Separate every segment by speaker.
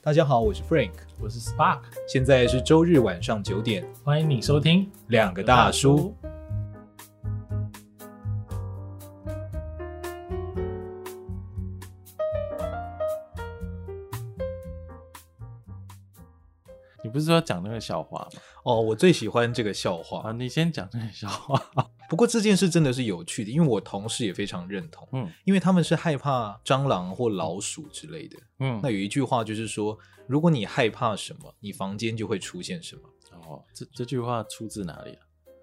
Speaker 1: 大家好，我是 Frank，
Speaker 2: 我是 Spark，
Speaker 1: 现在是周日晚上九点，
Speaker 2: 欢迎你收听
Speaker 1: 两个大叔。
Speaker 2: 你不是说讲那个笑话吗？
Speaker 1: 哦，我最喜欢这个笑
Speaker 2: 啊，
Speaker 1: 话。
Speaker 2: 你先讲这个笑话。
Speaker 1: 不过这件事真的是有趣的，因为我同事也非常认同，
Speaker 2: 嗯
Speaker 1: 因为他们是害怕蟑螂或老鼠之类的。
Speaker 2: 嗯
Speaker 1: 那有一句话就是说，如果你害怕什么，你房间就会出现什么。
Speaker 2: 哦，这这句话出自哪里啊？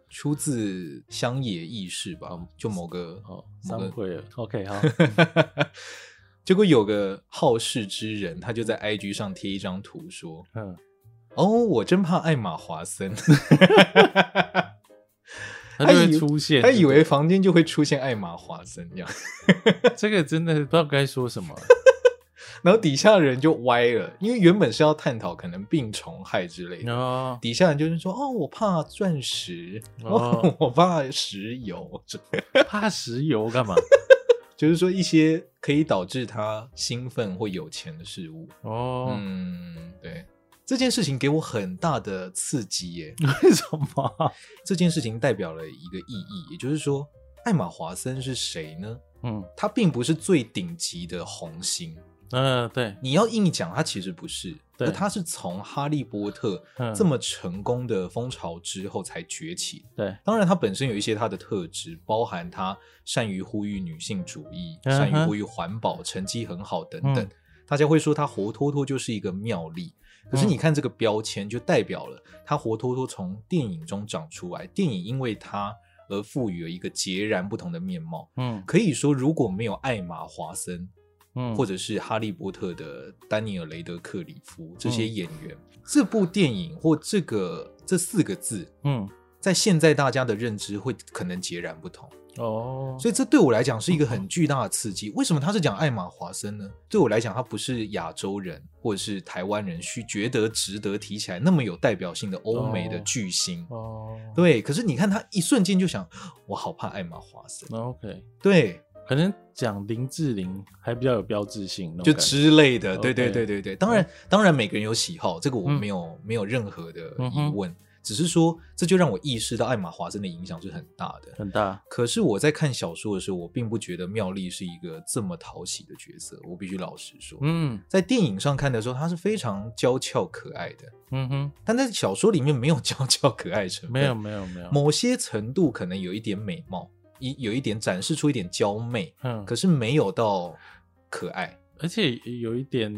Speaker 1: 出自乡野意识吧
Speaker 2: 嗯，
Speaker 1: 就某个
Speaker 2: 哦，
Speaker 1: 某
Speaker 2: 三
Speaker 1: 个
Speaker 2: 会儿 OK 好，
Speaker 1: 结果有个好事之人，他就在 IG 上贴一张图说
Speaker 2: 嗯，：“
Speaker 1: 哦，我真怕艾玛华森，
Speaker 2: 他就
Speaker 1: 他
Speaker 2: 会
Speaker 1: 以为
Speaker 2: 出现。
Speaker 1: 他以
Speaker 2: 对
Speaker 1: 为房间就会出现艾玛华森这样。
Speaker 2: 不对 这个真的不知道该说 什么。
Speaker 1: 然后底下的人就歪了，因为原本是要探讨可能病虫害之类的，
Speaker 2: 哦，
Speaker 1: 底下人就是说：“哦，我怕钻石，
Speaker 2: 哦
Speaker 1: 哦，我怕石油，
Speaker 2: 怕石油干嘛？
Speaker 1: 就是说一些可以导致他兴奋或有钱的事物。”
Speaker 2: 哦，
Speaker 1: 嗯，对，这件事情给我很大的刺激耶。
Speaker 2: 为什么？
Speaker 1: 这件事情代表了一个意义，也就是说，艾玛华森是谁呢？
Speaker 2: 嗯
Speaker 1: 他并不是最顶级的红星，
Speaker 2: 嗯、呃对，
Speaker 1: 你要硬讲，他其实不是。
Speaker 2: 对
Speaker 1: 那他是从《哈利波特
Speaker 2: 嗯》
Speaker 1: 这么成功的风潮之后才崛起的。
Speaker 2: 对，
Speaker 1: 当然，他本身有一些他的特质，包含他善于呼吁女性主义，
Speaker 2: 嗯哼
Speaker 1: 善于呼吁环保，成绩很好等等。
Speaker 2: 嗯
Speaker 1: 大家会说他活脱脱就是一个妙例。可
Speaker 2: 嗯
Speaker 1: 是你看这个标签，就代表了他活脱脱从电影中长出来，电影因为他而赋予了一个截然不同的面貌。
Speaker 2: 嗯
Speaker 1: 可以说，如果没有艾玛·华森，
Speaker 2: 嗯，
Speaker 1: 或
Speaker 2: 者
Speaker 1: 者是《哈利波特》的丹尼尔·雷德克里夫这些演员，这部电影或这个这四个字，
Speaker 2: 嗯
Speaker 1: 在现在大家的认知会可能截然不同，
Speaker 2: 哦，
Speaker 1: 所以这对我来讲是一个很巨大的刺激。为什么他是讲艾玛·华森呢？对我来讲，他不是亚洲人或者是台湾人需觉得值得提起来那么有代表性的欧美的巨星。
Speaker 2: 哦，
Speaker 1: 对，可是你看他一瞬间就想，我好怕艾玛·华森，
Speaker 2: 那 OK，
Speaker 1: 对，
Speaker 2: 可能讲林志玲还比较有标志性那种
Speaker 1: 就
Speaker 2: 感觉，
Speaker 1: 之类的。对
Speaker 2: OK 嗯
Speaker 1: 对对对对，当然当然每个人有喜好，这个我没有、没有任何的
Speaker 2: 嗯
Speaker 1: 疑
Speaker 2: 哼
Speaker 1: 问，只是说这就让我意识到艾玛·华森的影响是很大的。
Speaker 2: 很大，
Speaker 1: 可是我在看小说的时候，我并不觉得妙丽是一个这么讨喜的角色。我必须老实说，
Speaker 2: 嗯
Speaker 1: 在电影上看的时候，她是非常娇俏可爱的，
Speaker 2: 嗯哼，
Speaker 1: 但在小说里面没有娇俏可爱成分，
Speaker 2: 没有没有没有，
Speaker 1: 某些程度可能有一点美貌，一有一点展示出一点娇媚，
Speaker 2: 嗯，
Speaker 1: 可是没有到可爱，
Speaker 2: 而且有一点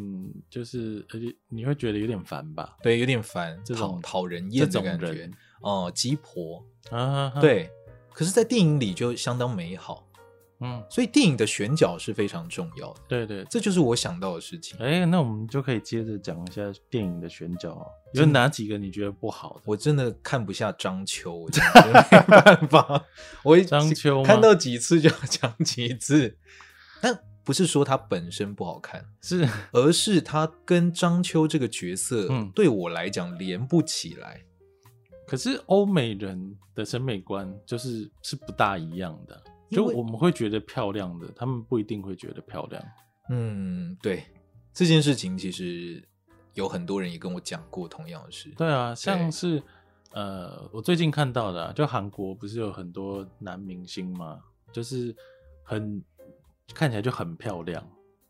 Speaker 2: 就是，而且你会觉得有点烦吧？
Speaker 1: 对，有点烦，
Speaker 2: 这
Speaker 1: 讨
Speaker 2: 种
Speaker 1: 讨人
Speaker 2: 这
Speaker 1: 厌的
Speaker 2: 种
Speaker 1: 感觉
Speaker 2: 人，
Speaker 1: 哦、鸡婆，
Speaker 2: 啊，哈，
Speaker 1: 对。可是，在电影里就相当美好，
Speaker 2: 嗯，
Speaker 1: 所以电影的选角是非常重要的，
Speaker 2: 对对。
Speaker 1: 这就是我想到的事情。
Speaker 2: 哎，那我们就可以接着讲一下电影的选角哦，有哪几个你觉得不好的？
Speaker 1: 我真的看不下张秋，我真的没办法。我一
Speaker 2: 张秋吗
Speaker 1: 看到几次就要讲几次，但不是说他本身不好看，
Speaker 2: 是
Speaker 1: 而是他跟张秋这个角色
Speaker 2: 嗯
Speaker 1: 对我来讲连不起来。
Speaker 2: 可是欧美人的审美观就是是不大一样的，就
Speaker 1: 因为
Speaker 2: 我们会觉得漂亮的，他们不一定会觉得漂亮。
Speaker 1: 嗯，对，这件事情其实有很多人也跟我讲过同样的事。
Speaker 2: 对啊，像是呃，我最近看到的、啊，就韩国不是有很多男明星嘛，就是很看起来就很漂亮。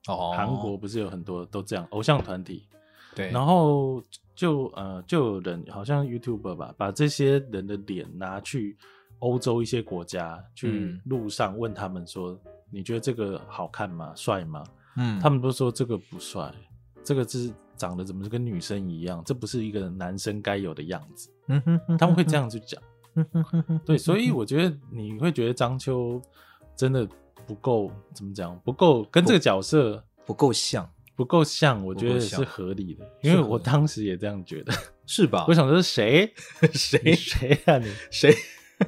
Speaker 1: 哦，
Speaker 2: 韩国不是有很多都这样偶像团体，
Speaker 1: 对，
Speaker 2: 然后就呃就有人好像 YouTube 吧，把这些人的脸拿去欧洲一些国家，去
Speaker 1: 嗯
Speaker 2: 路上问他们说，你觉得这个好看吗？帅吗？
Speaker 1: 嗯，
Speaker 2: 他们都说这个不帅，这个是长得怎么跟女生一样，这不是一个男生该有的样子。
Speaker 1: 嗯哼哼
Speaker 2: 他们会这样去 讲，
Speaker 1: 哼哼哼哼
Speaker 2: 对，所以我觉得你会觉得张秋真的不够怎么讲，不够跟这个角色
Speaker 1: 不够像，
Speaker 2: 不够像，我觉得
Speaker 1: 不够像
Speaker 2: 是合理的，
Speaker 1: 是
Speaker 2: 因为
Speaker 1: 合理
Speaker 2: 我当时也这样觉得。
Speaker 1: 是吧
Speaker 2: 我？想说是谁？你
Speaker 1: 谁
Speaker 2: 谁啊你？
Speaker 1: 谁？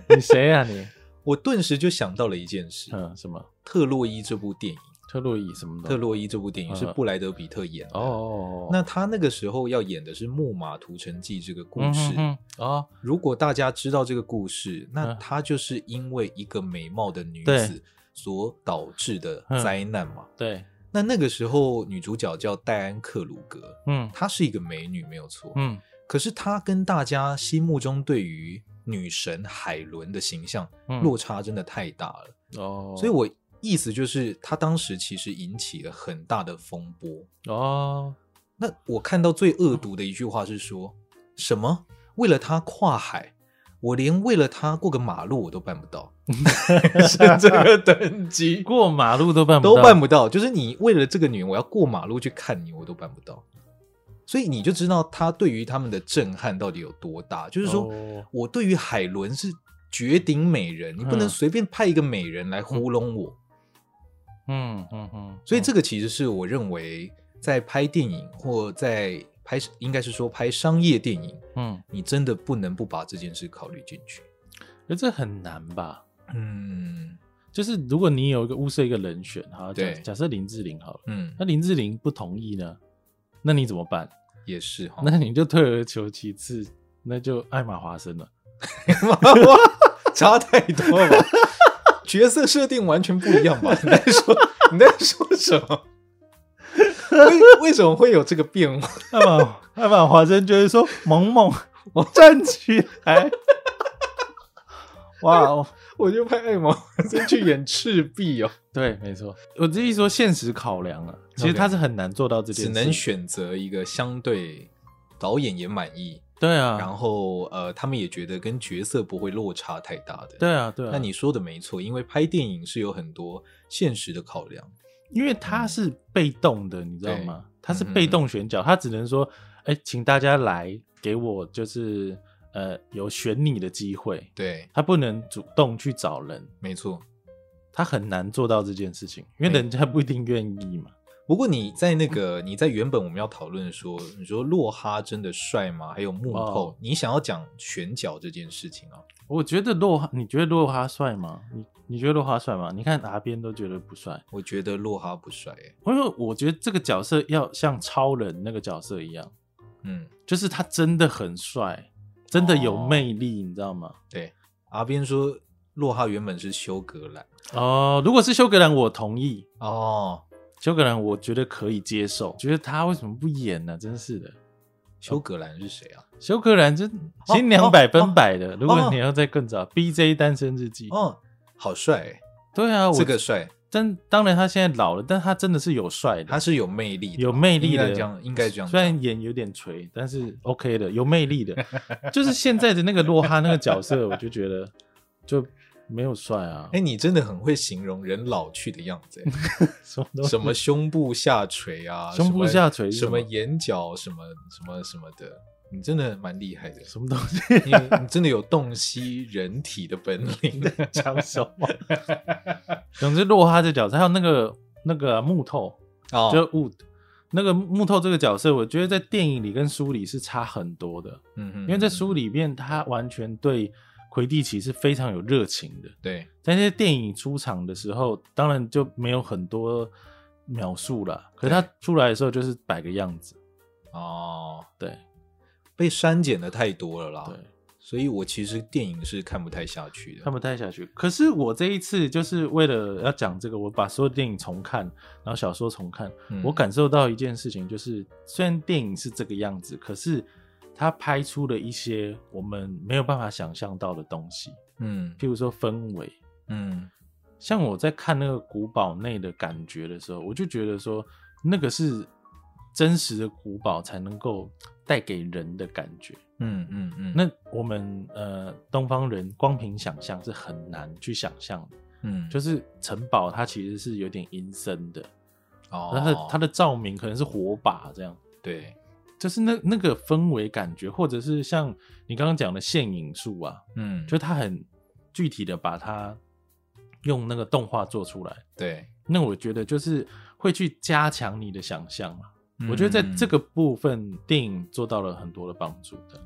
Speaker 2: 你谁啊你？
Speaker 1: 我顿时就想到了一件事，
Speaker 2: 嗯，什么
Speaker 1: 特洛伊》这部电影，
Speaker 2: 特洛伊什么
Speaker 1: 《
Speaker 2: 的？
Speaker 1: 特洛伊》这部电影是
Speaker 2: 嗯
Speaker 1: 布莱德比特演的。
Speaker 2: 哦哦哦，
Speaker 1: 那他那个时候要演的是《木马屠城记》这个故事。
Speaker 2: 嗯嗯嗯哦，
Speaker 1: 如果大家知道这个故事，那
Speaker 2: 嗯
Speaker 1: 她就是因为一个美貌的女
Speaker 2: 对嗯
Speaker 1: 子所导致的灾难嘛。
Speaker 2: 对，
Speaker 1: 那那个时候女主角叫戴安·克鲁格，
Speaker 2: 嗯
Speaker 1: 她是一个美女，没有错。
Speaker 2: 嗯
Speaker 1: 可是她跟大家心目中对于女神海伦的形象
Speaker 2: 嗯
Speaker 1: 落差真的太大了，
Speaker 2: 哦，
Speaker 1: 所以我意思就是，她当时其实引起了很大的风波。
Speaker 2: 哦，
Speaker 1: 那我看到最恶毒的一句话是说什么？为了她跨海，我连为了她过个马路我都办不到，是这个等级。
Speaker 2: 过马路都办不
Speaker 1: 都
Speaker 2: 到
Speaker 1: 办不到。就是你为了这个女人，我要过马路去看你，我都办不到。所以你就知道他对于他们的震撼到底有多大。就是说，
Speaker 2: 哦
Speaker 1: 我对于海伦是绝顶美人，你不能
Speaker 2: 嗯
Speaker 1: 随便派一个美人来糊弄我。
Speaker 2: 嗯嗯嗯，
Speaker 1: 所以这个其实是我认为，在拍电影或在拍，应该是说拍商业电影，
Speaker 2: 嗯，
Speaker 1: 你真的不能不把这件事考虑进去。
Speaker 2: 可这很难吧？
Speaker 1: 嗯
Speaker 2: 就是如果你有一个物色一个人选，好，假
Speaker 1: 对
Speaker 2: 假设林志玲好了，
Speaker 1: 嗯，
Speaker 2: 那林志玲不同意呢，那你怎么办？
Speaker 1: 也是哈。
Speaker 2: 那你就退而求其次，那就艾玛华森了。
Speaker 1: 差太多了吧，角色设定完全不一样吧？你 在说你在说什么？为为什么会有这个变化？
Speaker 2: 艾玛艾玛华森就是说：“萌 萌，我站起来！”哇，我
Speaker 1: 我就派艾玛华森去演赤壁哦，
Speaker 2: 对，没错，我这一说现实考量啊，其实
Speaker 1: OK
Speaker 2: 他是很难做到这件
Speaker 1: 只
Speaker 2: 事，
Speaker 1: 能选择一个相对导演也满意，
Speaker 2: 对啊，
Speaker 1: 然后呃，他们也觉得跟角色不会落差太大的。
Speaker 2: 对啊，对啊。
Speaker 1: 那你说的没错，因为拍电影是有很多现实的考量。
Speaker 2: 因为他是被动的，你知道吗？他是被动选角，他只能说：“哎，请大家来给我，就是呃，有选你的机会。
Speaker 1: 对”，
Speaker 2: 他不能主动去找人，
Speaker 1: 没错。
Speaker 2: 他很难做到这件事情，因为
Speaker 1: 没
Speaker 2: 人家不一定愿意嘛。
Speaker 1: 不过你在那个你在原本我们要讨论说，你说洛哈真的帅吗？还有幕后，
Speaker 2: 哦
Speaker 1: 你想要讲选角这件事情啊？
Speaker 2: 我觉得洛哈，你觉得洛哈帅吗？你你觉得洛哈帅吗？你看哪边都觉得不帅，
Speaker 1: 我觉得洛哈不帅、欸，
Speaker 2: 因为我觉得这个角色要像超人那个角色一样，
Speaker 1: 嗯，
Speaker 2: 就是他真的很帅，真的有
Speaker 1: 哦
Speaker 2: 魅力，你知道吗？
Speaker 1: 对。阿边说洛哈原本是修格兰
Speaker 2: 哦、如果是修格兰，我同意。
Speaker 1: 哦，
Speaker 2: 修格兰，我觉得可以接受。觉得他为什么不演呢、真是的，
Speaker 1: 修格兰是谁啊？
Speaker 2: 修格兰真
Speaker 1: 哦
Speaker 2: 新娘百分百的。如
Speaker 1: 哦
Speaker 2: 果你要再更早，BJ 单身日记，
Speaker 1: 哦，好帅、欸，
Speaker 2: 对啊，我
Speaker 1: 这个帅，
Speaker 2: 真当然他现在老了，但他真的是有帅的，
Speaker 1: 他是有魅力的，
Speaker 2: 有魅力
Speaker 1: 应该
Speaker 2: 的，
Speaker 1: 这样，应该这样
Speaker 2: 虽
Speaker 1: 讲。
Speaker 2: 然眼有点垂，但是 OK 的，有魅力的。就是现在的那个洛哈那个角色，我就觉得就没有帅啊
Speaker 1: 哎、，你真的很会形容人老去的样子、欸，
Speaker 2: 什么都
Speaker 1: 什么胸部下垂啊，
Speaker 2: 胸部
Speaker 1: 什么
Speaker 2: 下垂是
Speaker 1: 什么
Speaker 2: 什么
Speaker 1: 眼角什么什么什么的，你真的蛮厉害的，
Speaker 2: 什么东西
Speaker 1: 你你真的有洞悉人体的本 领。
Speaker 2: 讲什么？ 总之，洛哈这角色，还有那个那个啊、木头，
Speaker 1: 哦
Speaker 2: 就 Wood。那个木头这个角色，我觉得在电影里跟书里是差很多的，
Speaker 1: 嗯哼
Speaker 2: 因为在书里面他完全对魁地奇是非常有热情的，
Speaker 1: 对
Speaker 2: 但是电影出场的时候，当然就没有很多描述了。可是他
Speaker 1: 对
Speaker 2: 出来的时候就是摆个样子，
Speaker 1: 哦，
Speaker 2: 对
Speaker 1: 被删减的太多了啦，
Speaker 2: 对，
Speaker 1: 所以我其实电影是看不太下去的。
Speaker 2: 看不太下去。可是我这一次就是为了要讲这个，我把所有电影重看，然后小说重看，
Speaker 1: 嗯
Speaker 2: 我感受到一件事情，就是虽然电影是这个样子，可是它拍出了一些我们没有办法想象到的东西，
Speaker 1: 嗯
Speaker 2: 譬如说氛围，
Speaker 1: 嗯
Speaker 2: 像我在看那个古堡内的感觉的时候，我就觉得说，那个是真实的古堡才能够带给人的感觉。
Speaker 1: 嗯嗯嗯，
Speaker 2: 那我们呃东方人光凭想象是很难去想象的，
Speaker 1: 嗯
Speaker 2: 就是城堡它其实是有点阴森的，
Speaker 1: 哦，
Speaker 2: 它的它的照明可能是火把这样，
Speaker 1: 对
Speaker 2: 就是那那个氛围感觉，或者是像你刚刚讲的现影术啊，
Speaker 1: 嗯
Speaker 2: 就是它很具体的把它用那个动画做出来。
Speaker 1: 对，
Speaker 2: 那我觉得就是会去加强你的想象嘛。我觉得在这
Speaker 1: 嗯
Speaker 2: 个部分，电影做到了很多的帮助的。